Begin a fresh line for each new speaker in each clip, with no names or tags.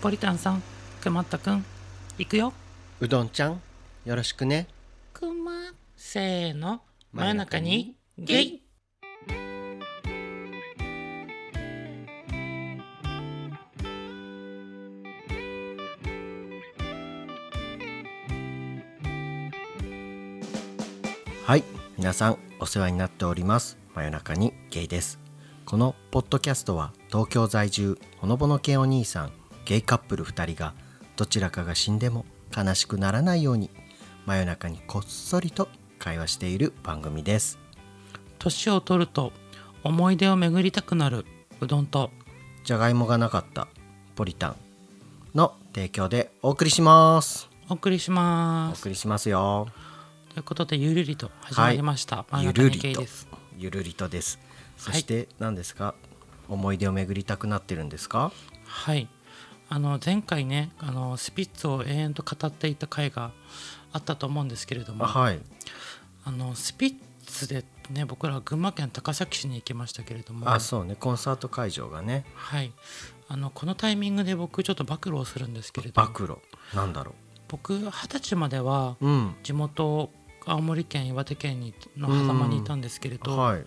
ポリタンさんくまったくんいくよ
うどんちゃんよろしくね
くませーの真夜中にゲイ
はい皆さんお世話になっております真夜中にゲイですこのポッドキャストは東京在住ほのぼの系お兄さんゲイカップル2人がどちらかが死んでも悲しくならないように真夜中にこっそりと会話している番組です
年を取ると思い出を巡りたくなるうどんと
じゃがいもがなかったポリタンの提供でお送りします
お送りし
お
ます
送りしますよ
ということでゆるりと始まりました、
はい
真
ゆ
夜中
る
にゲイ
りと
です
ゆるりとですそ
はい
して何ですか、思い出を巡りたくなってるんですか
はいあの前回ねあのスピッツを永遠と語っていた回があったと思うんですけれども
あはい
あのスピッツでね僕らは群馬県高崎市に行きましたけれども
あそうねコンサート会場がね
はいあのこのタイミングで僕ちょっと暴露をするんですけれども
暴露なんだろ
僕二十歳までは
ううん
地元青森県岩手県にの狭間にいたんですけれど二十、
はい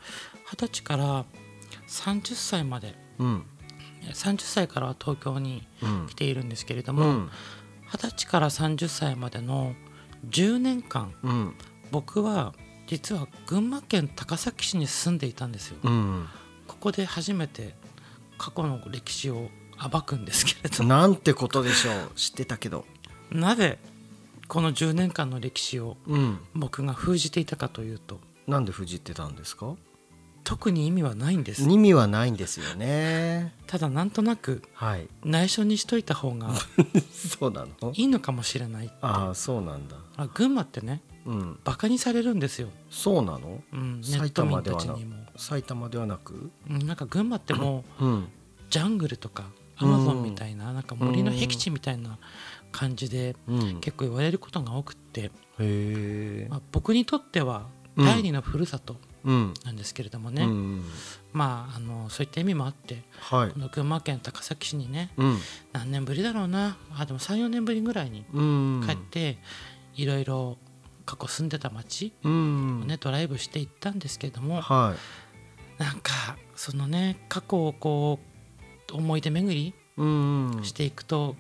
歳から30歳まで
うん
え30歳からは東京に
うん
来ているんですけれど
う
も
ん
二十、歳から30歳までの10年間
うん
僕は実は群馬県高崎市に住んでいたんですよ。
うん
ここで初めて過去の歴史を暴くんですけれど
なんてことでしょう 知ってたけど
なぜこの10年間の歴史を
うん
僕が封じていたかというと
なんで藤ってたんですか
特に意味はないんです
意味はないんですよね
ただなんとなく
はい
内緒にしといた方 が
そうなの
いいのかもしれない
ああそうなんだ
あ群馬ってね
うん
バカにされるんですよ、
そうなの
うん、ネッ
埼
ト
玉
民
で
た
は
ち
な
にも
埼玉ではなく
うんなんか群馬ってもう
うん
ジャングルとかアマゾンみたいななんか森の僻地みたいな感じで
うん
結構言われることが多くって、
へえ
まあ、僕にとっては
うん
第二のふるさと
うん
なんですけれども
う
ね、
ん
まああのそういった意味もあって
はい
この群馬県高崎市にね
うん
何年ぶりだろうなあでも34年ぶりぐらいに
うん
帰って、いろいろ過去住んでた町
うん
をねドライブしていったんですけれども、
はい
なんかそのね過去をこう思い出巡り
うん
していくと、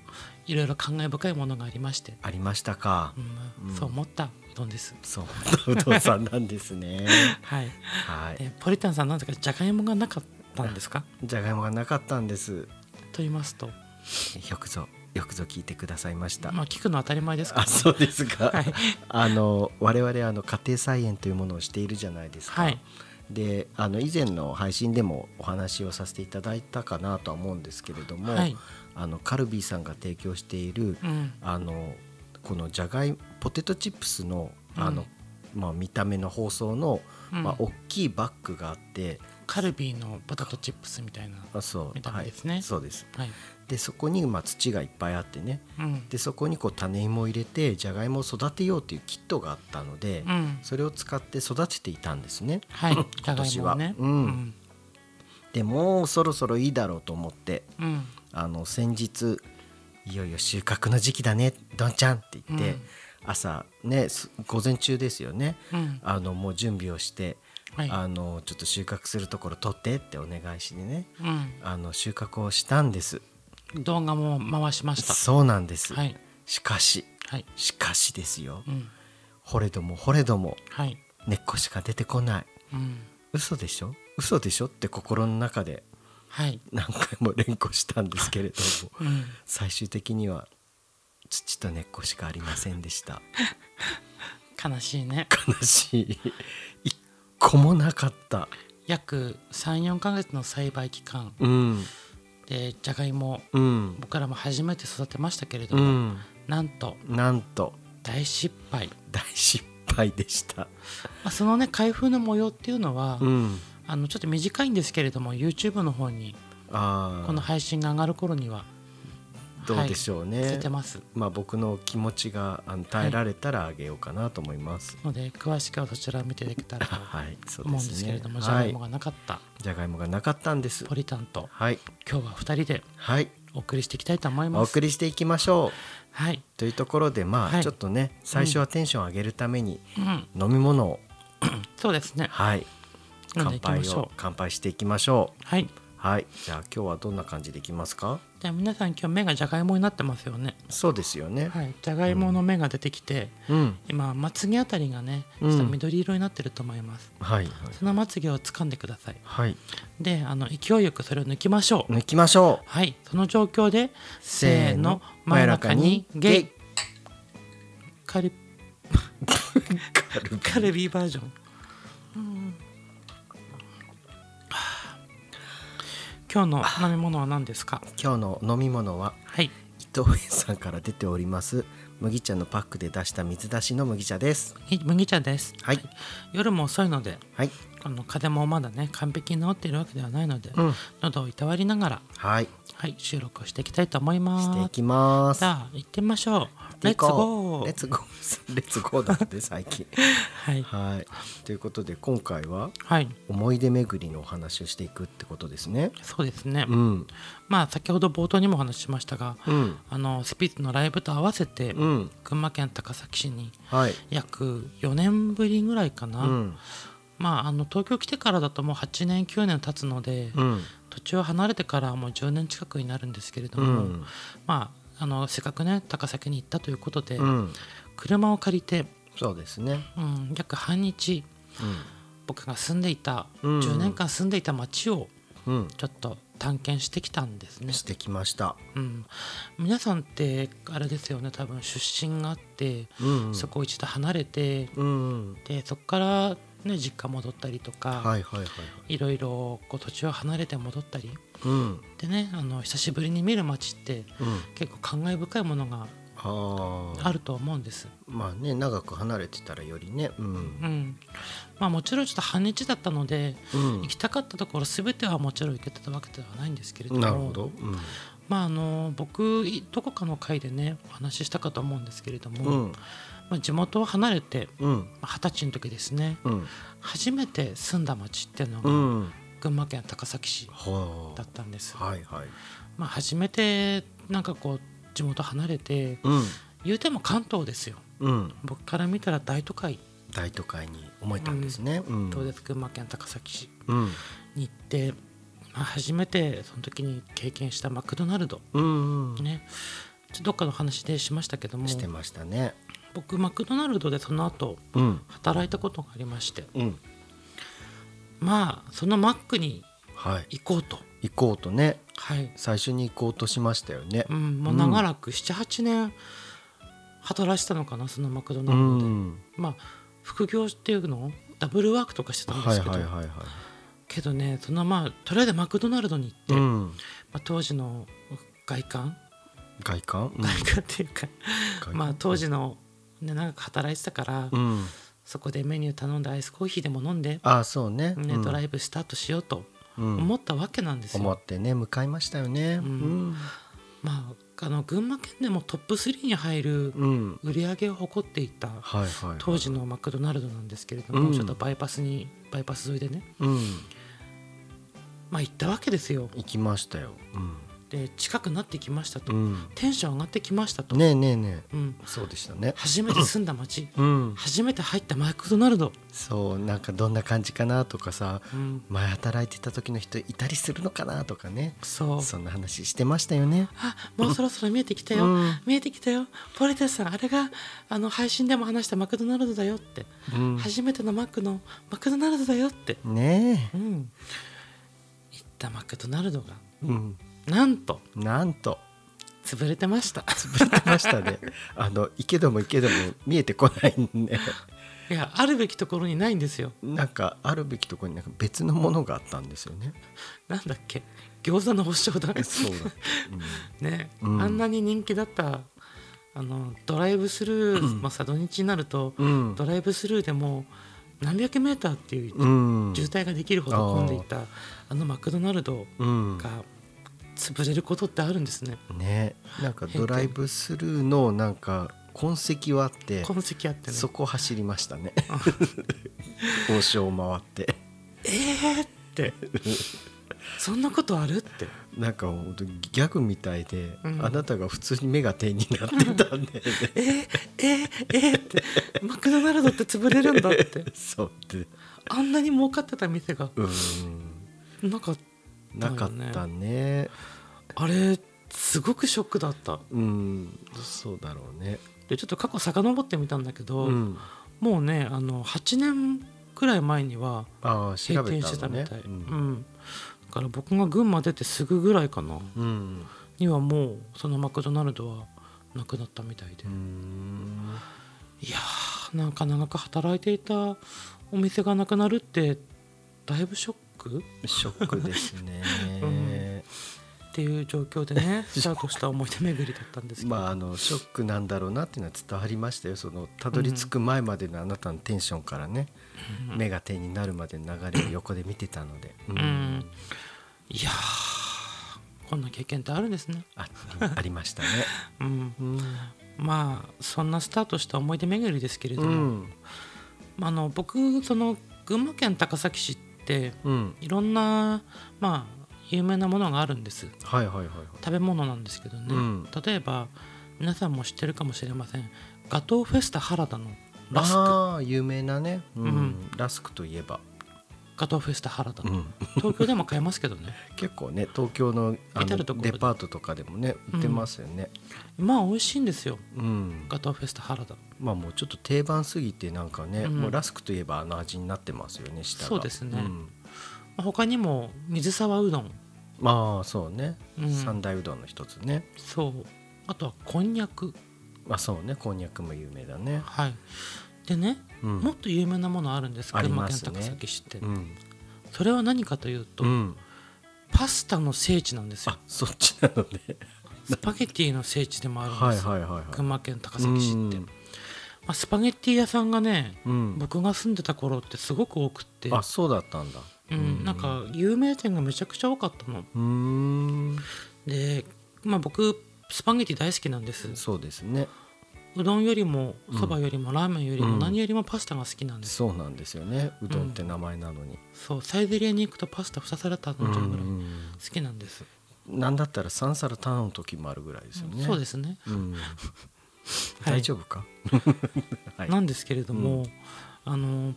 いろいろ感慨深いものがありまして、
ありましたか
う。ん
うん
そう思ったうどんです。
そう、 うどんさんなんです ね。
はい、
はい。
でポリタンさんなんだかじゃがいもがなかったんですか
じゃがいもがなかったんです。
と言いますと、
よくぞ、よくぞ聞いてくださいました。
まあ、聞くのは当たり前ですか
あ、
ら、
そうですか。
はい
あの、我々、あの、家庭菜園というものをしているじゃないですか。
はい
で、あの、以前の配信でも、お話をさせていただいたかなとは思うんですけれども。
はい
あの、カルビーさんが提供している、
うん
あの、このじゃがい、ポテトチップスの、あの。まあ、見た目の包装の、
うん
まあ、大きいバッグがあって、
カルビーのポテトチップスみたいな
あそう
見た目ですね
はい、そうです
はい、
でそこに、まあ、土がいっぱいあってね
うん、
でそこにこう種芋を入れてじゃがいもを育てようというキットがあったので、
うん、
それを使って育てていたんですね
はい、じゃ
今
がい
年
もを
は
ね、
うんでもうそろそろいいだろうと思って
うん、
あの先日いよいよ収穫の時期だねどんちゃんって言って、
うん
朝ねす午前中ですよね
うん、
あのもう準備をして、
はい
あのちょっと収穫するところ取ってってお願いしにね
う
あの収穫をしたんです
ん、動画も回しました。
そうなんです、
はい、
しかし
はい、
しかしですよ、
うん、
掘れども掘れども
はい、
根っこしか出てこない
うん、
嘘でしょ嘘でしょって心の中で
はい、
何回も連呼したんですけれども
うん、
最終的には土と根っこしかありませんでした
悲しいね。
悲しい一個もなかった
約三四ヶ月の栽培期間
うん
でじゃがいも
うん
僕らも初めて育てましたけれど
う
も、
ん
なんと
なんと
大失敗。
大失敗でした
まあ、そのね開封の模様っていうのは、
うん
あのちょっと短いんですけれども、YouTube の方に
あ
この
あ
配信が上がる頃には
どうでしょうね、
出てます。
まあ、僕の気持ちがあの耐えられたらあげようかなと思います。
ので詳しくはそちらを見ていただけたらと
はい、そう
思
で
うんですすけれ
ね
ども、。じゃ
は
がい
い
も、がなかった
じゃがいもがなかったんです
ポリタンと
はい
今日は2人で
はい
お送りしていきたいと思い
お
ます
送りしていきましょう
はい、
というところでまあ、
はい
ちょっとね最初はテンション上げるために、
うん、
飲み物を
そうですね
はい
飲んで
乾
いきま
杯
し
を
ょ
乾杯していきましょ
うはいう
はいじゃあ今日はどんな感じでいきますか
じゃあ皆さん今日目がじゃがいもになってますよね
そうですよね、
はいじゃがいもの芽が出てきて、
うん
今まつげあたりがねち
う
ょ
ん
っと緑色になってると思います、
はいはい
そのまつげを掴んでください
はい
であの勢いよくそれを抜きましょう、
抜きましょう
はいその状況で
せ
せ
ー
ー
の
の
真
真
夜
夜
中
中
に
に
ゲ
ゲ
イ
イカルカルビーバージョン、うんはあ今日の飲み物は何ですか
今日の飲み物は
はい
伊藤園さんから出ております麦茶のパックで出した水出しの麦茶です
麦麦茶です
はい
夜も遅いので
はい
あの風邪もまだね完璧に治っているわけではないので、
うん
喉をいたわりながら、
はい
はい、収録をしていきたいと思います
していきます
じゃあ行ってみましょうレ
レ
ッツ
ッツゴ
ゴ
ー
ー
レッツゴー レッツゴーだって最近
はい、
はいということで今回は
はい、
思い出巡りのお話をしていくってことですね
そうですね、
うん
まあ先ほど冒頭にもお話ししましたが、
うん
あのスピッツのライブと合わせて、
うん
群馬県高崎市に
はい
約4年ぶりぐらいか
う
な、
ん
まああの東京来てからだともう8年9年経つので、
うん
途中離れてからはもう10年近くになるんですけれど
う
も、
ん
まああのせっかくね高崎に行ったということで、
うん
車を借りて、
そうですね
うん、約半日僕が住んでいた、
うん
10年間住んでいた町を
うんうん
ちょっと探検してきたんですね
し、てきました
うん、皆さんってあれですよね多分出身があって、
うん
そこを一度離れて
うん
でそこから、ね、実家戻ったりとか、
はいはいはいはい
い、ろいろこう土地を離れて戻ったり
うん
でねあの久しぶりに見る町って
うん
結構感慨深いものが
ああ
あると思うんです。
まあね長く離れてたらよりねうん
うんまあ、もちろんちょっと半日だったので、
うん
行きたかったところ全てはもちろん行けてたわけではないんですけれども
なるほどうん
まあ、あの僕いどこかの回でねお話ししたかと思うんですけれども、
うん
まあ、地元を離れて
うん
まあ二十歳の時ですね
うん
初めて住んだ町っていうの
う
が
ん
群馬県高崎市
は
だったんです、
あはいはい
まあ、初めてなんかこう地元離れて
うん
言うても関東ですよ
うん
僕から見たら大都会
大都会に思えたんですねうん
当です群馬県高崎市
うん
に行って、まあ、初めてその時に経験したマクドナルド
うんうん
ねちょっとどっかの話でしましたけども
してましたね
僕マクドナルドでその後
うん
働いたことがありまして
うん
まあそのマックに
はい
行こうと
行こうとね
はい、
最初に行こうとしましたよね
うん、もう長らく78年働いてたのかなそのマクドナ
う
ルドで、
ん
まあ副業っていうのダブルワークとかしてたんで
はい
すけど、
はいはいはい
けどねそのまあとりあえずマクドナルドに行って、
う
ま
ん
あ、当時の外観
外観うん
外観っていうか、
外観
まあ当時の、ね、長く働いてたから、
うん
そこでメニュー頼んでアイスコーヒーでも飲んで、
ああそうね
ね
うん
ドライブスタートしようと
うん
思ったわけなんですよ。
思ってね向かいましたよね。
んまあ、あの群馬県でもトップ3に入る
うん、うん
売り上げを誇っていた
はいはい。
当時のマクドナルドなんですけれども、
うん
ちょっとバイパスにバイパス沿いでね、
うん
まあ、行ったわけですよ。
行きましたよ。
で近くなってきました
う
と、
ん、
テンション上がってきました
う
と、
ん、ねえねえね
うん
え、そうでしたね。
初めて住んだ町
うん、
初めて入ったマクドナルド、
そうなんかどんな感じかなとかさ、
うん、
前働いてた時の人いたりするのかなとかね、
そう
そんな話してましたよね。
あもうそろそろ見えてきた
う
よ、
ん、
見えてきたよポリタスさんあれがあの配信でも話したマクドナルドだよって、
う
初めてのマックのマクドナルドだよって、
ん、ね
うん、行ったマクドナルドが
え、うん、
なんと
なんと
潰れてました
潰れてまし たね。あの行けども行けども見えてこないね。
いやあるべきところにないんですよ
なんかあるべきところになんか別のものがあったんですよね。
なんだっけ餃子の保証だ
そうだ。
ね、
うん
あんなに人気だったあのドライブスルー、まあ、さ土日になると、
うん。
ドライブスルーでもう何百メーターっていう
うん。
渋滞ができるほど混んでいたあのマクドナルド
うん。
が潰れることってあるんですね
ね、なんかドライブスルーのなんか痕跡はあって、
痕跡あってね
そこ走りましたね。王将を回って。
えーっ ってそんなことあるって
なんか本当にギャグみたいで、
うん
あなたが普通に目が点になってた んで、
えー、えー、えー、ってマクドナルドって潰れるんだって
そうで
あんなに儲かってた店が
うん
なんか
なかったね
あれすごくショックだった
うんそうだろうね
でちょっと過去遡ってみたんだけど、
うん
もうねあの8年くらい前には
ああ
閉
調べ
店
た
してた
の
み
ね
たい、
う
うん
ん、
だから僕が群馬出てすぐぐらいかな
うん
にはもうそのマクドナルドはなくなったみたいで、
うん
いやーなんか長く働いていたお店がなくなるってだいぶショック
ショックです ね、
っていう状況で ねスタートした思い出巡りだったんですけど、
まああのショックなんだろうなっていうのは伝わりましたよそのたどり着く前までのあなたのテンションからね、目が点になるまでの流れを横で見てたので、うん
うんいやーこんな経験ってあるんですね、
あありましたね、
うん、
うん
まあそんなスタートした思い出巡りですけれども、
うん
まああの僕その群馬県高崎市って
うん、
いろんなまあ有名なものがあるんです
はいはいはいはい
食べ物なんですけどね、
うん
例えば皆さんも知ってるかもしれませんガトーフェスタ原田のラスク
ああ有名なね、うん
うん
ラスクといえば、
ガトーフェスタ原田、
うん
東京でも買えますけどね
結構ね東京のあ
至
の
る所で
デパートとかでもね売ってますよね、
まあ美味しいんですよ
うん
ガトーフェスタ原田
まあもうちょっと定番すぎてなんかね、
うん
もうラスクといえばあの味になってますよね下が
そうですね
ん
まあ他にも水沢うどん
まあそうね、
うん
三大うどんの一つね
そうあとはこんにゃく
まあそうねこんにゃくも有名だね、
はいでね、
うん、
もっと有名なものあるんです
あり
群馬
ま
県
すね
高崎市って、
うん、
それは何かというと、
うん、
パスタの聖地なんですよ
あそっちなのね
スパゲティの聖地でもあるんです、
はいはいはいはい
群馬県高崎市って、
うん
まあ、スパゲッティ屋さんがね、
うん
僕が住んでた頃ってすごく多くって
あそうだったんだ
うん、なんか有名店がめちゃくちゃ多かったの
うーん
で、まあ、僕スパゲティ大好きなんです
そうですね
うどんよりもそばよりもラーメンより
う
も
ん
何よりもパスタが好きなんです、
そうなんですよねうどんって名前なのに、
そうサイゼリヤに行くとパスタ2皿頼んじゃうぐらい好きなんです、
なんだったら3皿頼む時もあるぐらいですよね。
そうですね、
うん
はい
大丈夫か、はい
なんですけれども、あの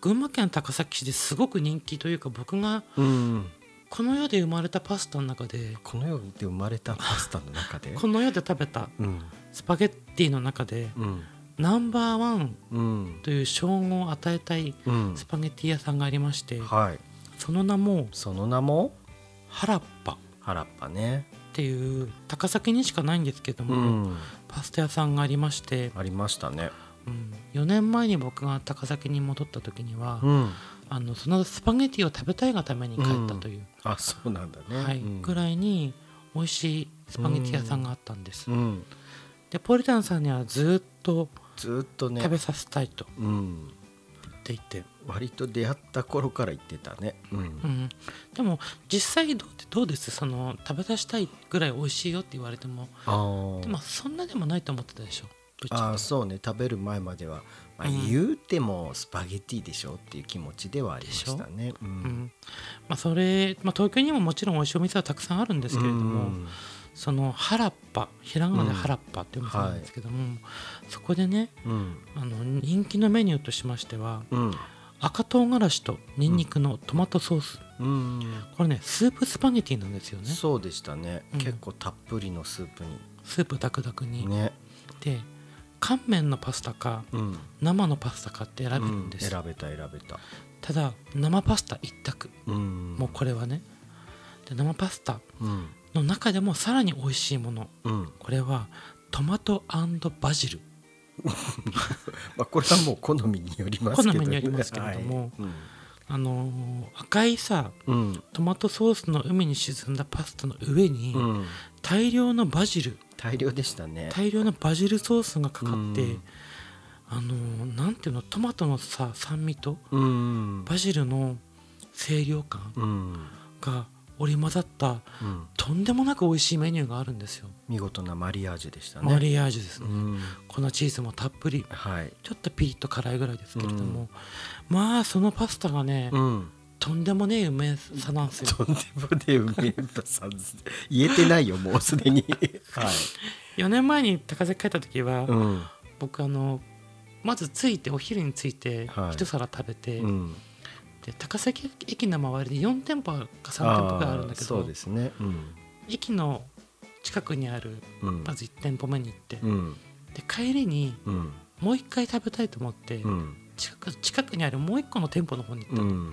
群馬県高崎市ですごく人気というか僕が
うん、
この世で生まれたパスタの中で
この世で生まれたパスタの中で
この世で食べた
うん
スパゲッティの中で
うん
ナンバーワン
うん
という称号を与えたい
うん
スパゲッティ屋さんがありまして
はい
その名も
その名も
原っぱっ
原っぱね、
ていう高崎にしかないんですけど
う
も、
ん、
パスタ屋さんがありまして、
ありましたね。
うん、4年前に僕が高崎に戻った時には、
うん、
あのそのスパゲッティを食べたいがために帰ったという、
あそうなんだね。
はい
うん、
ぐらいに美味しいスパゲッティ屋さんがあったんです、
うん、
でポリタンさんにはずっと
ずーっとね
食べさせたいと
うん、
言っていて、
割と出会った頃から言ってたね。うん
うん、でも実際どうどうですその食べさせたいぐらい美味しいよって言われても
あー
でもそんなでもないと思ってたでしょぶっちゃけ
あーそうね食べる前までは、まあ、
うん
言うてもスパゲティでしょっていう気持ちではありましたね。う
うんんまあ、それ、まあ、東京にももちろん美味しいお店はたくさんあるんですけれども、
うん
その原っぱひらがなで原っぱっていうお店なんですけども、そこでね
うん
あの人気のメニューとしましては
うん
赤唐辛子とニンニクのトマトソース、
うん
これねスープスパゲティなんですよね
そうでしたね、
うん
結構たっぷりのスープ
スープダクダクに、
にね、
で乾麺のパスタか
うん
生のパスタかって選べるんです、
選べた選べた、
ただ生パスタ一択
うん、
もうこれはねで生パスタ
うん
の中でもさらに美味しいもの
うんま
これはトマトバジル
あ、これはもう好みによりますけど、ね、
好みによりますけれども
はい
あのー赤いさ
うんうん
トマトソースの海に沈んだパスタの上に、
うん
大量のバジル
大量でしたね
大量のバジルソースがかかって、
うん
あのーなんていうのトマトのさ酸味と
うん
バジルの清涼感
うん
が織り交ざった
うん
とんでもなく美味しいメニューがあるんですよ、
見事なマリアージュでしたね
マリアージュです、
うん
粉チーズもたっぷり
はい
ちょっとピリッと辛いぐらいですけれども、まあそのパスタがね、
うん
ととんでもねえ梅さなん ですよ
とんでもねえ梅田さんです言えてないよもうすでにはい、
4年前に高崎帰った時は、
うん
僕あのまず着いてお昼に着いて
はい
一皿食べて、
うん、
で高崎駅の周りで4店舗か3店舗があるんだけ
ーそう
ど
ですねうん
駅の近くにある
うん
まず1店舗目に行って、
うん
で帰りに
うん
もう一回食べたいと思って、
うん
近く近くにあるもう一個の店舗の方に行った
う
の、
ん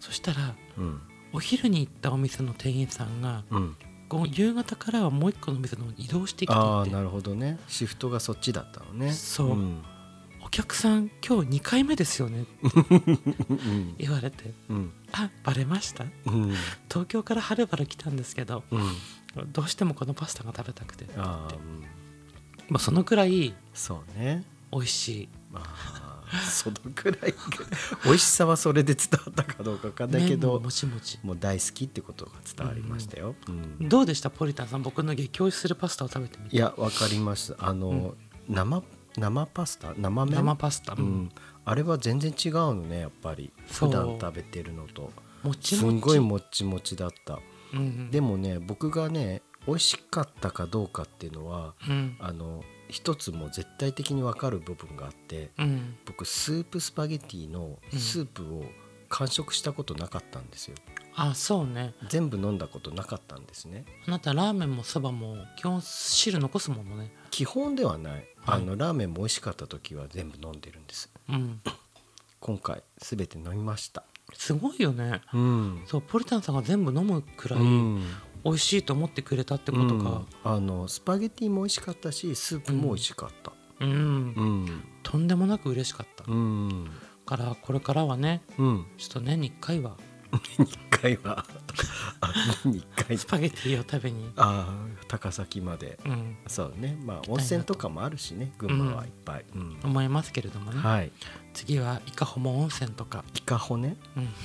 そしたら
うん
お昼に行ったお店の店員さんが
うん
こう夕方からはもう一個のお店の方に移動してきてい
ああ
て
なるほどねシフトがそっちだったのね
そうん「お客さん今日2回目ですよね」って
うん
言われて
うん
「あバレました
うん
東京からはるばる来たんですけど
うん
どうしてもこのパスタが食べたくて」
ああ、うん、
まあ、そのくらい
そうね
美味しい
まあそのくらいか美味しさはそれで伝わったかどうかわかんないけ
麺も
ど
もちもち
もう大好きってことが伝わりましたよ、うん
どうでしたポリタンさん僕の激推しするパスタを食べてみ
い
て
やわかりますあの、生生パスタ生麺
生パスタ、
う、ん、あれは全然違うのねやっぱり
そう
普段食べてるのと
もちもち
すんごいもっちもちだった
うんうん、
でもね僕がね美味しかったかどうかっていうのは
うん
あの一つもう絶対的に分かる部分があって
うん
僕スープスパゲティのスープを完食したことなかったんですよ、
あそうね
全部飲んだことなかったんですね
あなたラーメンもそばも基本汁残すものね
基本ではない、
はい
あのラーメンも美味しかった時は全部飲んでるんです
うん
今回全て飲みました
すごいよね
うん
そうポリタンさんが全部飲むくらい
うん
美味しいと思ってくれたってことか
うんあのスパゲティも美味しかったしスープも美味しかった
うん、
うん
とんでもなく嬉しかった、
うん
からこれからはね
うん
ちょっと年に1回は
2回はあ2回
スパゲティを食べに
あー高崎まで
うん
そうねまあ
いなと
温泉とかもあるしね群馬はいっぱい、うん
思いますけれどもね、
はい
次は伊香保も温泉とか、
イカホね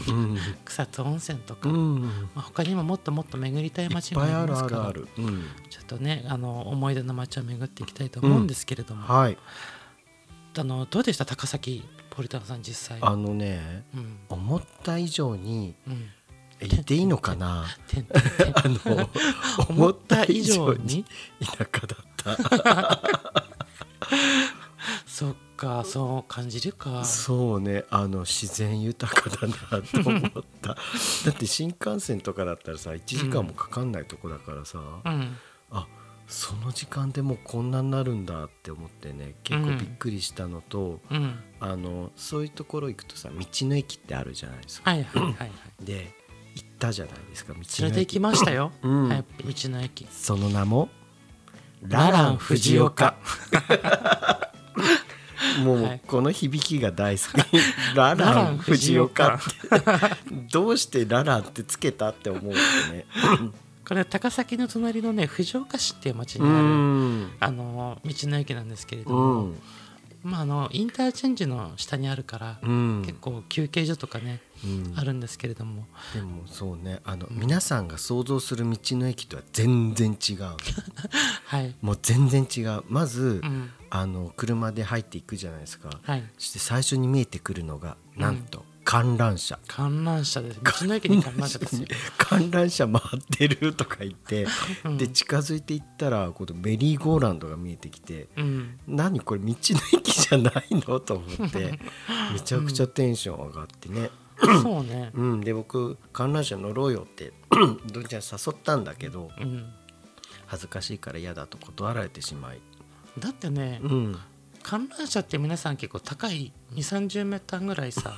うん
うん、
草津温泉とか、
う
ま
ん、
あ、他にももっともっと巡りたい
い
街
っ
が
ぱい
あ
あ
り
る
ます
あ
か
る
ら
ある、うん、
ちょっとねあの思い出の街を巡っていきたいと思うんですけれども、
はい
あのどうでした高崎ポリタンさん実際
あのね
うん
思った以上に
うん
え言っていいのか な
てんてんてん
あ の
思った以上に
田舎だった
そっかそう感じるか
そうねあの自然豊かだなと思った だって新幹線とかだったらさ1時間もかかんないとこだからさ、
うん
あその時間でもうこんなになるんだって思ってね結構びっくりしたのと、
うん
あのそういうところ行くとさ道の駅ってあるじゃないですか。
はいはいはいはい
で行ったじゃないですか道の
連れて行
駅
きましたよ、
うん
はい道の駅
その名も
ララン藤岡
も
は
う
い
この響きが大好 きラ
ラ
ラ
ラン
ン
藤
藤
岡
岡って どうしてラランってつけたって思うよね
これ高崎の隣のね藤岡市っていう町に
う
ある、
ん
あの道の駅なんですけれど
う
も、
ん
まあ、あのインターチェンジの下にあるから、
うん
結構休憩所とかね、
うん
あるんですけれども
でもそうねあの皆さんが想像する道の駅とは全然違う
はい、
もう全然違うまず
うん
あの車で入っていくじゃないですか
はい、
そして最初に見えてくるのがなんと観覧車
観覧車です道の駅に観覧車ですよ
観覧車回ってるとか言って、
うん
で近づいていったらこのメリーゴーランドが見えてきて
うん
何これ道の駅じゃないのと思って めちゃくちゃテンション上がってね、
そうね
うんで僕観覧車乗ろうよって どんちゃん誘ったんだけど
うん
恥ずかしいから嫌だと断られてしまい、
だってね
うん、
観覧車って皆さん結構高い2 3 0メーターぐらい さ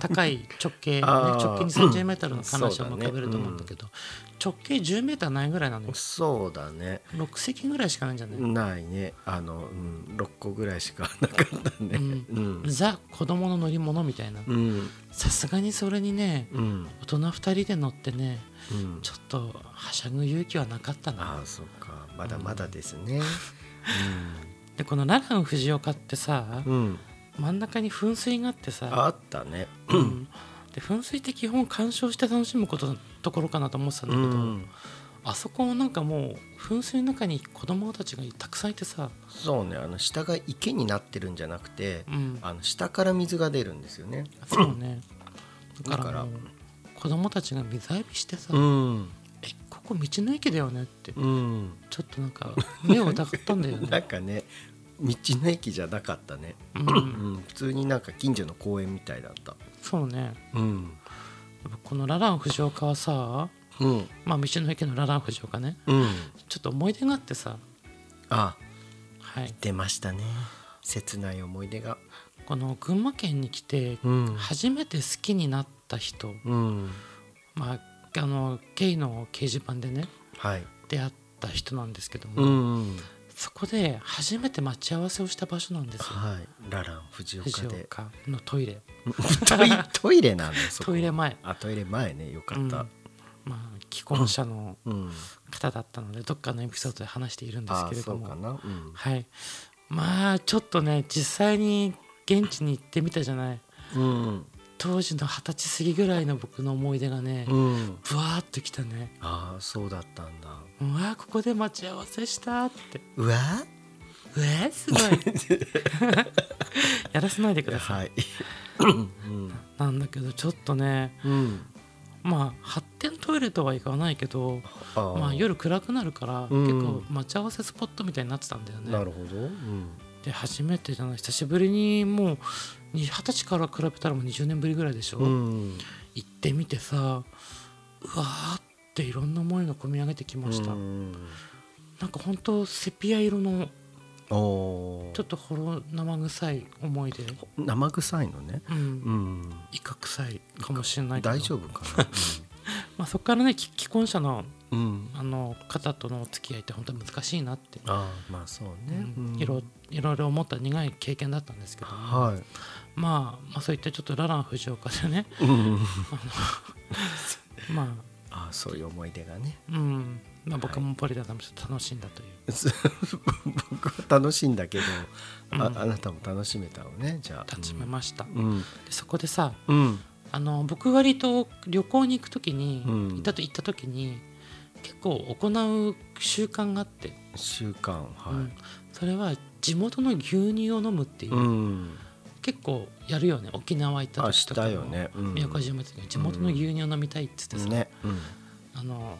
高い直径、ね、
あー
直径2 3 0メーターの観覧車を
そ
浮
うだね
かべると思うんだけど直径1 0メーターないぐらいなのよ
そうだね
6席ぐらいしかないんじゃない、
ないねあの、うん、6個ぐらいしかなかったね
う
うん
ザ子供の乗り物みたいな
うん
さすがにそれにね
うん
大人2人で乗ってね
うん
ちょっとはしゃぐ勇気はなかったな
ああそうかまだまだです ね。
でこのララン藤岡ってさ、
うん、うん
真ん中に噴水があって
あ
さ、
あったね。
うんで噴水って基本鑑賞して楽しむことところかなと思ってたんだ
う
けど、
ん、
あそこなんかもう噴水の中に子供たちがたくさんいてさ、
そうねあの下が池になってるんじゃなくて、
うん、
あの下から水が出るんですよね。
そうねだ
だ
か
からら
もう子供たちが水浴びしてさ「
うん
えここ道の駅だよね」って
うん
ちょっとなんか目を疑ったんだよ
なん
ね。
かね道の駅じゃなかったね、
う、
うんん、普通になんか近所の公園みたいだった
そうね
うん
やっぱこのララン藤岡はさ
うん
まあ道の駅のララン藤岡ね
うん
ちょっと思い出があってさ
あ
はい
出ましたね切ない思い出が
この群馬県に来て
うん
初めて好きになった人、
うん
まああのゲイの掲示板でね
はい
出会った人なんですけども、
うん
そこで初めて待ち合わせをした場所なんですよ
はいララン藤岡
藤
で
岡のトイレ
トイ トイレなんだよそこ
トイレ前
あトイレ前ねよか
うん
った
まあ既婚者の
うん
方だったのでどっかのエピソードで話しているんです
あ
けれ
そ
ど
うか
も
なうん
はいまあちょっとね実際に現地に行ってみたじゃない
うん
当時の二十歳過ぎぐらいの僕の思い出がね
うん
ぶわーっときたね
ああそうだったんだ
うわーここで待ち合わせしたって
うわ
うえすごい やらせないでください、
はいうん
なんだけどちょっとね
うん
まあ発展トイレとはいかないけど
あ
まあ、夜暗くなるから、
うん
結構待ち合わせスポットみたいになってたんだよ
な
ね
るほどうん
で初めてじゃない久しぶりにもうに二十歳から比べたらもう20年ぶりぐらいでしょ、
うん
行ってみてさうわーっていろんな思いが込み上げてきました、
うん
なんかほんとセピア色の
おー
ちょっとほろ生臭い思い出
生臭いのね
うん、
うん
イカ臭いかもしれないけど
大丈夫かな
まあ、そこからねき既婚者の
う んうん
あの方とのお付き合いって本当に難しいなって、
ああまあそうね
うん
うん
いろいろいろ思った苦い経験だったんですけども、
は
まあ、まあそういったちょっとララン藤岡で ね
いうん
ま
ああそういう思い 出がね
あうんまあ僕もポリタさんもちょっと楽しんだという、
す僕は楽しいんだけど、あ
うん
あなたも楽しめたのねじゃあ
楽しめました、
うん
でそこでさ
うん
あの僕割と旅行に行く時に、
うん
行ったと行った時に結構行う習慣があって、
習慣
う
は
んそれは地元の牛乳を飲むってい
い、
う、
うん、
結構やるよね沖縄行った
あ
時
し
とか
た
も
よね、うん、
宮古島行った時に地元の牛乳を飲みたいっつってさ、
ね、うん、
あの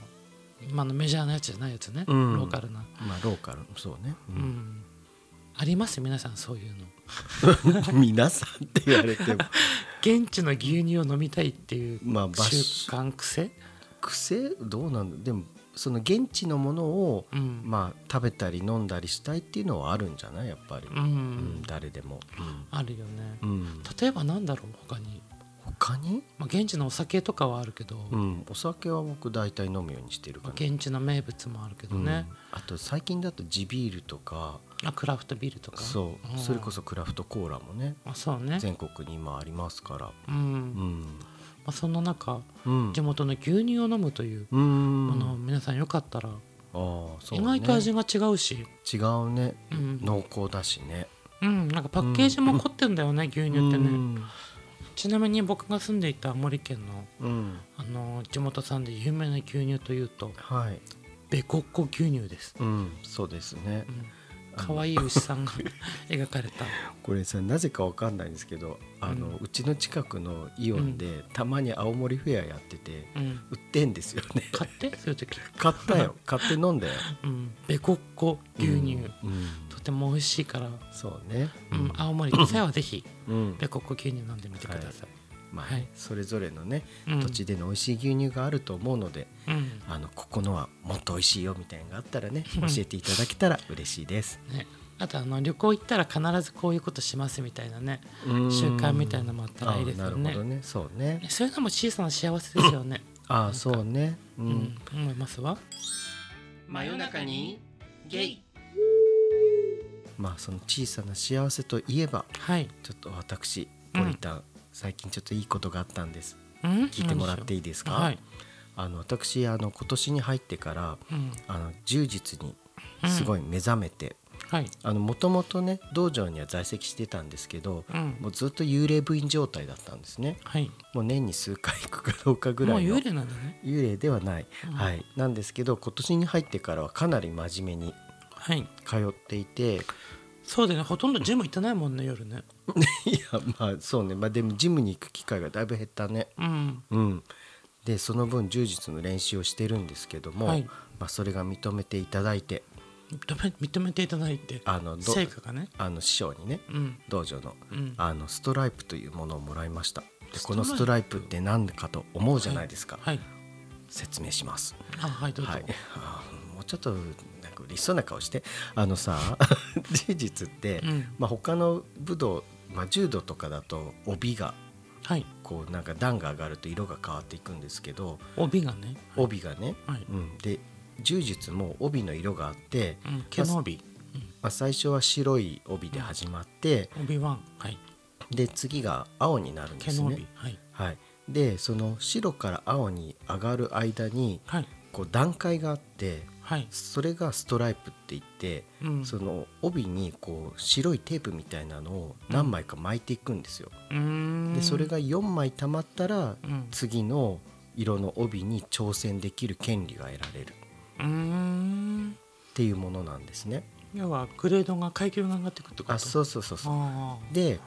今のメジャーなやつじゃないやつね、
うん
ローカルな。
まあローカルそうね、う
う、んありますよ皆さんそういうの
皆さんって言われても
現地の牛乳を飲みたいっていう
まあ場
習
所
慣癖、
癖どうなんだでもその現地のものを、
うん
まあ食べたり飲んだりしたいっていうのはあるんじゃないやっぱり、
うん
うん誰でも、
あるよね、
うんうん、
例えばなんだろう他に、
他に、
まあ、現地のお酒とかはあるけど、
うん、お酒は僕大体飲むようにしてるか
まあ
ら、
現地の名物もあるけどね、
うん、あと最近だと地ビールとか
あクラフトビールとか
そう、
ん
それこそクラフトコーラもね
あそうね、
全国に今ありますから
うん
う
ま
ん
あ、そんな中
うん
地元の牛乳を飲むという、
うん
あの皆さんよかったら、
ああそう
意
ね
外と味が違うし、
違うね、
うん
濃厚だしね
うん、なんかパッケージも凝ってんだよね、牛乳ってね、
うん
ちなみに僕が住んでいた森県の
うん
あの地元産で有名な牛乳というと
はい
ベコッコ牛乳です、
うんそうですね
うん、可愛い牛さんが 描かれた
これさなぜかわかんないんですけどあの、うちの近くのイオンで、たまに青森フェアやってて
うん
売ってんですよね
買ってそういう時、
買ったよ買って飲んだよ
うん、ベコッコ 牛乳、
うんうん
とても美味しいから、
そうね
うん、青森 の際はぜひ
うん
ベコッコ牛乳飲んでみてください、
まあ
はい
それぞれのね
うん
土地での美味しい牛乳があると思うので、
うん
あのここのはもっと美味しいよみたいなのがあったらね教えていただけたら嬉しいです。
ね、あとあの旅行行ったら必ずこういうことしますみたいなね習慣みたいなのもあったらいいですよ
あな
ね
るほどねそうね。
そういうのも小さな幸せですよね、
ああそうね。う
うん
ん。
思いますわ
真夜中にゲイ。まあその小さな幸せといえば
はい、
ちょっと私ポリタン、最近ちょっといいことがあったんです。
うん、
聞いてもらっていいですか。
はい、
あの私あの今年に入ってから
うん、
あの柔術にすごい目覚めて。
はい、
あのもともとね道場には在籍してたんですけど、
うん
もうずっと幽霊部員状態だったんですね
はい、
もう年に数回行くかどうかぐらい
もう
の
幽霊なんだね。
幽霊ではない、
うん
はい、なんですけど今年に入ってからはかなり真面目に
はい、
通って いて
そうだよね、ほとんどジム行ってないもんね、夜ね。
いやまあそうね、まあ、でもジムに行く機会がだいぶ減ったね
うん、
うんでその分柔術の練習をしてるんですけども、
はい
まあ、それが認めていただいて
認め認めていただいて
あのど
成果がね
あの師匠にね
うん
道場の
うん
あのストライプというものをもらいましたで
スト
こ
ライ
の
プ
ストライプって何かと思うじゃないですか、
はい
説明します
あはいどうぞ、
はい、あーもうちょっとなんか嬉しそうな顔してあのさ 柔術って、
うん
まあ、他の武道、まあ、柔道とかだと帯が
はい
こうなんか段が上がると色が変わっていくんですけど
帯がねはい
帯がね、
はい
うん、で柔術も帯の色があって、
うん、毛の
まあ
帯、
まあ最初は白い帯で始まって、
うん、帯ワンはい
で次が青になるんで
毛
す
の
ね
帯、。はい
はい、でその白から青に上がる間に
はい
こう段階があって
はい、
それがストライプって言って、
うん、
その帯にこう白いテープみたいなのを何枚か巻いていくんですよ。
うーん
でそれが4枚たまったら
うん
次の色の帯に挑戦できる権利が得られるっ
うーん
ていうものなんですね。
要はグレードが階級が上がっていくってこと
あそううそうそうそう
あ
で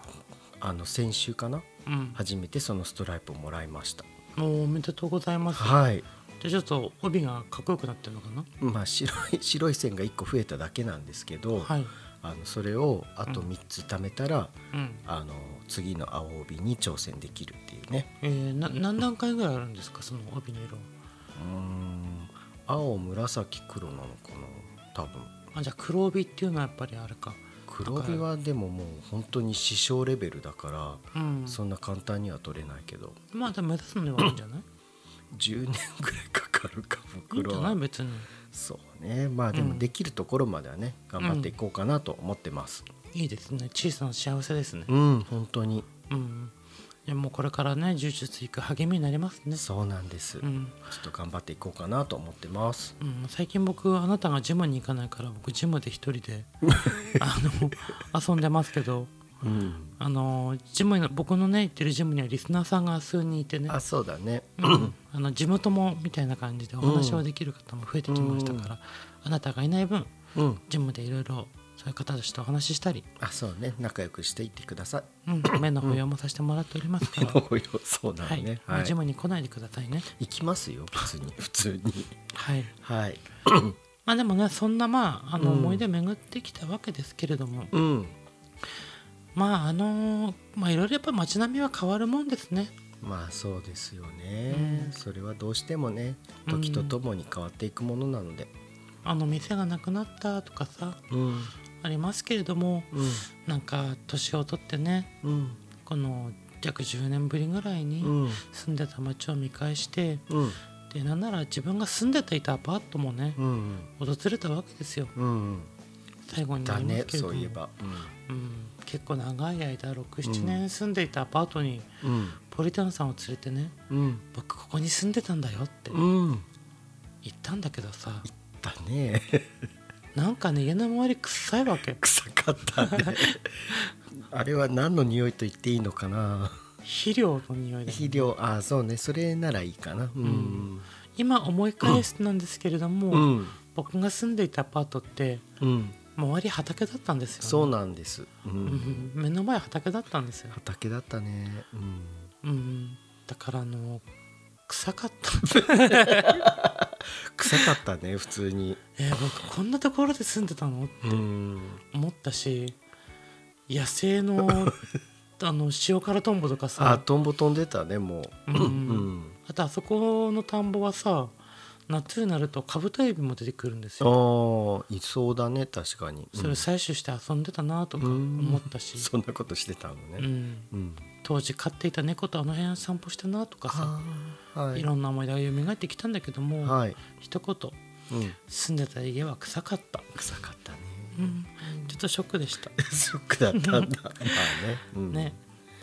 あの先週かな
あ、うん、
初めてそのストライプをもらいました。
もうおめでとうございます
はい
じゃあちょっと帯がかっこよくなってるのかな
まあ、白い 白い線が1個増えただけなんですけど、
はい、
あのそれをあと3つ貯めたら、
うん
あの次の青帯に挑戦できるっていうね
えー、な何段階ぐらいあるんですかその帯の色は
うん青紫黒なのかな多分
あじゃあ黒帯っていうのはやっぱりあれか
黒帯はでももう本当に師匠レベルだか
うん
らそんな簡単には取れないけど
まあでも目指すのではいいんじゃない
10年ぐらいかかるかも
いいん
黒
じゃな
はい
別に
そうねまあで
う
も
ん
できるところまではね頑張っていこうかなと思ってます
いいですね小さな幸せですね
うん本当に
うんいやもうこれからね柔術行く励みになりますね
そうなんです、
う
ちょ
ん、
っと頑張っていこうかなと思ってます
うん、最近僕あなたがジムに行かないから僕ジムで一人 であの遊んでますけど
うん
あのジムの僕のね行ってるジムにはリスナーさんが数人いてね
あそうだね
うんあの地元もみたいな感じでお話をできる方も増えてきましたから、あなたがいない分
うん
ジムでいろいろそういう方たちとお話ししたり、
あそうね仲良くしていってください
うん、目の保養もさせてもらっておりますから、
そうな
は
の
い
ね、
ジムに来ないでくださいね
行きますよ普通 に普通に
はい
はい
まあでもねそんなまああの
うん
思い出巡ってきたわけですけれども、
うん
まああのまあいろいろやっぱ街並みは変わるもんですね
まあそうですよね、
うん
それはどうしてもね
うん
時とともに変わっていくものなので
あの店がなくなったとかさ
うん
ありますけれども
うん
なんか年を取ってね
うん
この約10年ぶりぐらいに、
うん
住んでた町を見返して
うん
でなんなら自分が住んでていたアパートもね、
うん
訪れたわけですよ
うん
最後にな
だ
りま
ね
すけれど
そ
も
ういえば
うん、結構長い間67
うん
年住んでいたアパートに
うん
ポリタンさんを連れてね
うん
「僕ここに住んでたんだよ」って
うんうん
言ったんだけどさ
だね
なんかね家の周り臭いわけ
臭かったねあれは何の匂いと言っていいのかな
肥料の匂いで、
肥料ああそうねそれならいいかなうん
今思い返すとなんですけれども、
うん、
僕が住んでいたアパートって
うん、
周り畑だったんですよね、
そうなんです、
う
う、
んん目の前畑だったんですよ
畑だったねうん
うん、だからあの臭かった、
臭かったね普通に
えー僕こんなところで住んでたのって
うん
思ったし野生 のあの塩辛トンボとか
あ
さ
トンボ飛んでたねも
う
う
ん
うん
あとあそこの田んぼはさ夏になるとカブトエビも出てくるんです
あ
よ
ーいそうだね確かに
それ
うん
採取して遊んでたなとか思ったし、
そんなことしてたの
うん
ねうん
当時飼っていた猫とあの辺散歩したなとかさ
あーはい
ろんな思い出が蘇ってきたんだけども、
いはい、
一言
うん、
住んでた家は臭かった、
臭か ったね
うん、ちょっとショックで した
ショックだったんだまあね、うん、
ね、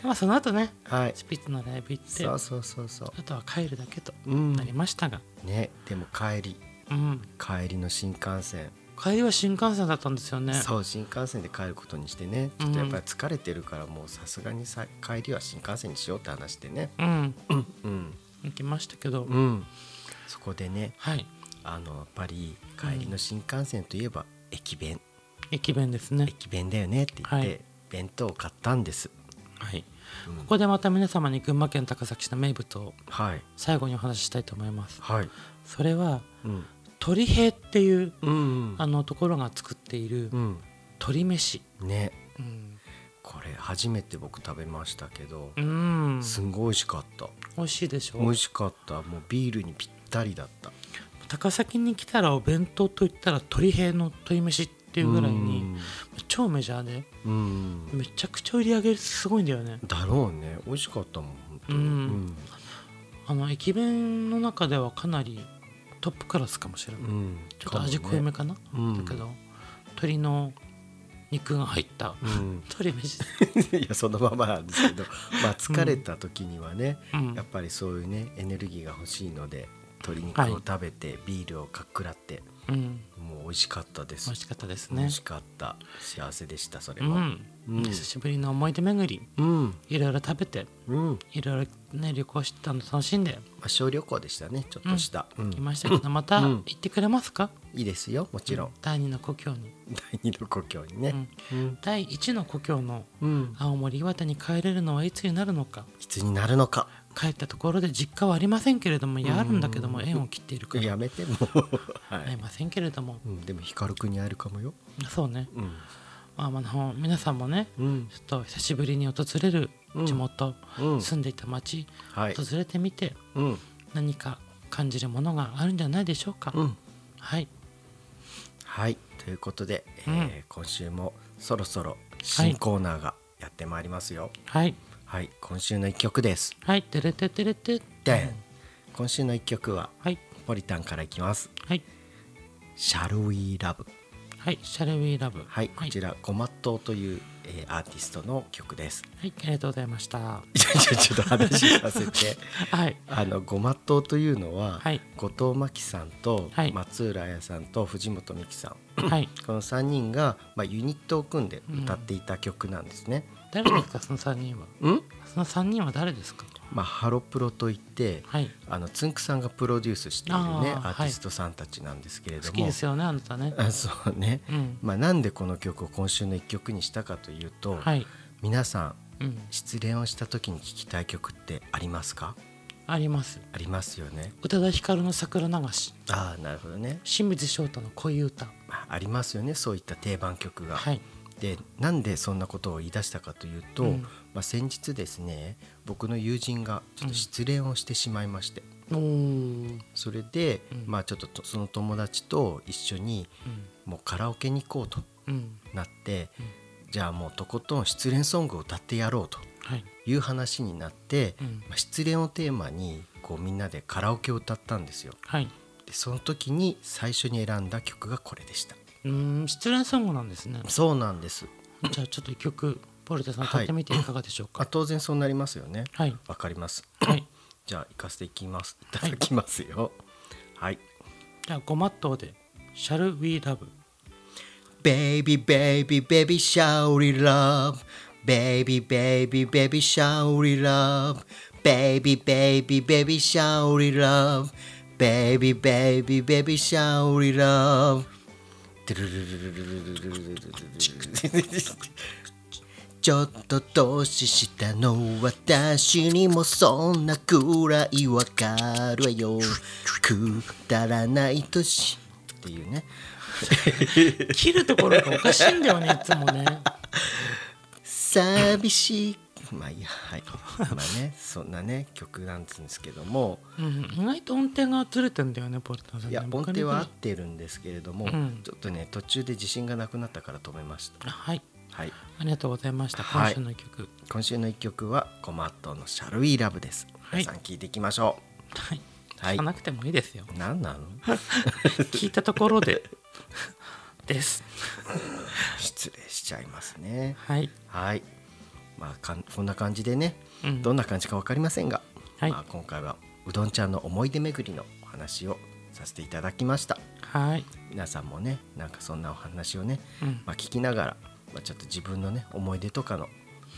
まあその後ね
はい
スピッツのライブ行って
そ
あ
うそうそうそう
とは帰るだけと
うん
なりましたが、
ねでも帰り
うん、
帰りの新幹線
帰りは新幹線だったんですよね
そう新幹線で帰ることにしてねちょっとやっぱり疲れてるからもうさすがにさ帰りは新幹線にしようって話でね
うん
うん
行きましたけど、
うんそこでね
はい
あのやっぱり帰りの新幹線といえば駅弁
駅弁ですね
駅弁だよねって言って、
はい
弁当を買ったんです
はい
うん
ここでまた皆様に群馬県高崎市の名物を
はい
最後にお話ししたいと思います
はい
それは
うん
鳥平っていう
うん
あのところが作っている
うん
鳥飯
ね
うん、
これ初めて僕食べましたけど
うん、
すんごい美味しかった
美味しいでしょ
美味しかったもうビールにぴったりだったっ
高崎に来たらお弁当といったら鳥平の鳥飯って
て
いうぐらいに超メジャーでめちゃくちゃ売り上げすごいんだよね
だろうね美味しかったもん本当に
うんあの駅弁の中ではかなりトップクラスかもしれない、
うんうん
ちょっと味濃いめかな、
うん
だけど鶏の肉が入った
うん
鶏飯、
いやそのままなんで すけどまあ疲れた時にはね、
うん
やっぱりそういうねエネルギーが欲しいので鶏肉を食べて、ビールをかっくらって
うん、
もう美味しかったです
美味しかったです
美
ね
味しかった幸せでしたそれ
う
は
ん、
うん
久しぶりの思い出巡り
うん
いろいろ食べて
うん、ま
いろいろね旅行したの楽しんで
あ、小旅行でしたねちょっとした、うん
きましたけ ど、また
うん
行ってくれますか、
いいですよもちろん、
第二の故郷に、
第二の故郷に
う
ね
ん
うん、
第一の故郷の
うん
青森岩手に帰れるのはいつになるのか
いつになるのか
帰ったところで実家はありませんけれどもいやあるんだけども縁を切っているから
やめてもう、は
会え
い
ませんけれども、
うん、でも光くんに会えるかもよ
そうね、
うん、
まあ、あの皆さんもね
うん
ちょっと久しぶりに訪れる地元、
うん、
住んでいた町、
はい、
訪れてみて
うん
何か感じるものがあるんじゃないでしょうか、
うん、
はい
はいということで、え
うん
ー今週もそろそろ新コーナーがやってまいりますよ
はい
はい、今週の一曲です
はいてれててれて
で今週の一曲は
はい
ポリタンからいきます
はい
シャルウィーラブ
はい「シャルウィーラブ
はいこちらゴマットという、えーアーティストの曲です
はい、ありがとうございました
いやいやちょっと話させ て
はい
あのゴマットというのは、
はい
後藤真希さんと
はい
松浦彩さんと藤本美貴さん、
はい
この3人が、まあ、ユニットを組んで歌っていた曲なんですね、
誰ですかその3人は
うん
その3人は誰ですか
まあ、ハロプロといって、
はい
あのつんくさんがプロデュースしているね
あー
アーティストさんたちなんですけれども、
好きですよねあなたね
あ そうね、
うん
まあ、なんでこの曲を今週の1曲にしたかというと、
はい、
皆さん
うん、
失恋をした時に聴きたい曲ってありますか
あります
ありますよね
宇多田ヒカルの「桜流し
ああなるほどね」
清水翔太の「恋歌
まあありますよねそういった定番曲」が。
はい
でなんでそんなことを言い出したかというと、
うん
まあ、先日ですね僕の友人がちょっと失恋をしてしまいまして、
おー
それで、
うん
まあ、ちょっととその友達と一緒に
うん
もうカラオケに行こうと
うん
なって、じゃあもうとことん失恋ソングを歌ってやろうと
はい
いう話になって、
うん
まあ、失恋をテーマにこうみんなでカラオケを歌ったんですよ。
はい
でその時に最初に選んだ曲がこれでした。
うーん失恋ソングなんですね
そうなんです。
じゃあちょっと一曲ポルテさん歌ってみていかがでしょう
あ
か
当然そうなりますよね。
はい
わかります。
はい
じゃあ行かせていきます。いただきますよ。はい。
じゃあごまっとうで「Shall We Love
Baby, baby, baby, shall we love? Baby, baby, baby, shall we love? Baby, baby, baby, shall we love? Baby, baby, baby, shall we love? ちょっと年下の私にもそんなくらいわかるわよくだらない年っていうね」
切るところがおかしいんだよねいつもね
寂しいまあいいやはいまあねそんなね曲なんですけども
うん意外と音程がずれてんだよねポルテさんね
いや音程は合ってるんですけれども、
ん
ちょっとね途中で自信がなくなったから止めました
はい
はい
ありがとうございました
は
今
い
週の一曲
今週の一曲はコマットの「シャルウィーラブです
はい
皆さん聴いていきましょ
はい
は
聞
い
かなくてもいいですよ
う、何なの
聞いたところ でです
失礼しちゃいますね
はい
はいまあかんこんな感じでね、
うん
どんな感じか分かりませんが、
はい
まあ、今回はうどんちゃんの思い出巡りのお話をさせていただきました
はい
皆さんもねなんかそんなお話をね、
うん
まあ、聞きながら、まあ、ちょっと自分のね思い出とかの、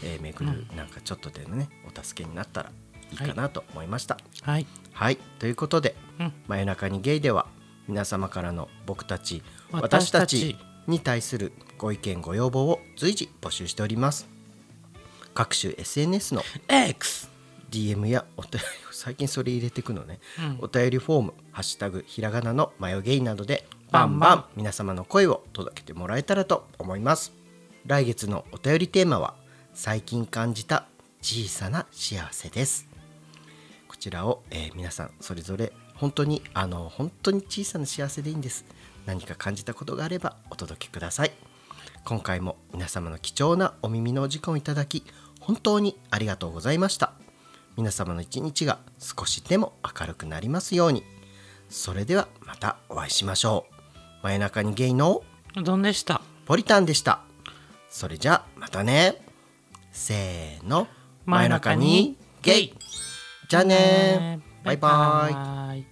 えー巡るなんかちょっとでもねお助けになったらいいかなと思いました。
はい
はい、ということで
うん
「真夜中にゲイ」では皆様からの僕たち私
私
た
たち
ちに対するご意見ご要望を随時募集しております。各種 SNS の
X!
DM やお便り 最近それ入れてくのね、
うん
お便りフォーム「ハッシュタグひらがなのマヨゲイ」などでバンバン皆様の声を届けてもらえたらと思います来月のお便りテーマは「最近感じた小さな幸せ」ですこちらを、えー皆さんそれぞれ本当にあの本当に小さな幸せでいいんです何か感じたことがあればお届けください今回も皆様の貴重なお耳のお時間をいただき本当にありがとうございました皆様の一日が少しでも明るくなりますようにそれではまたお会いしましょう真夜中にゲイの
うどんでした。
ポリタンでしたそれじゃあまたねせーの
真夜中にゲイ
じゃあね
ね
バイバイ
バイバイ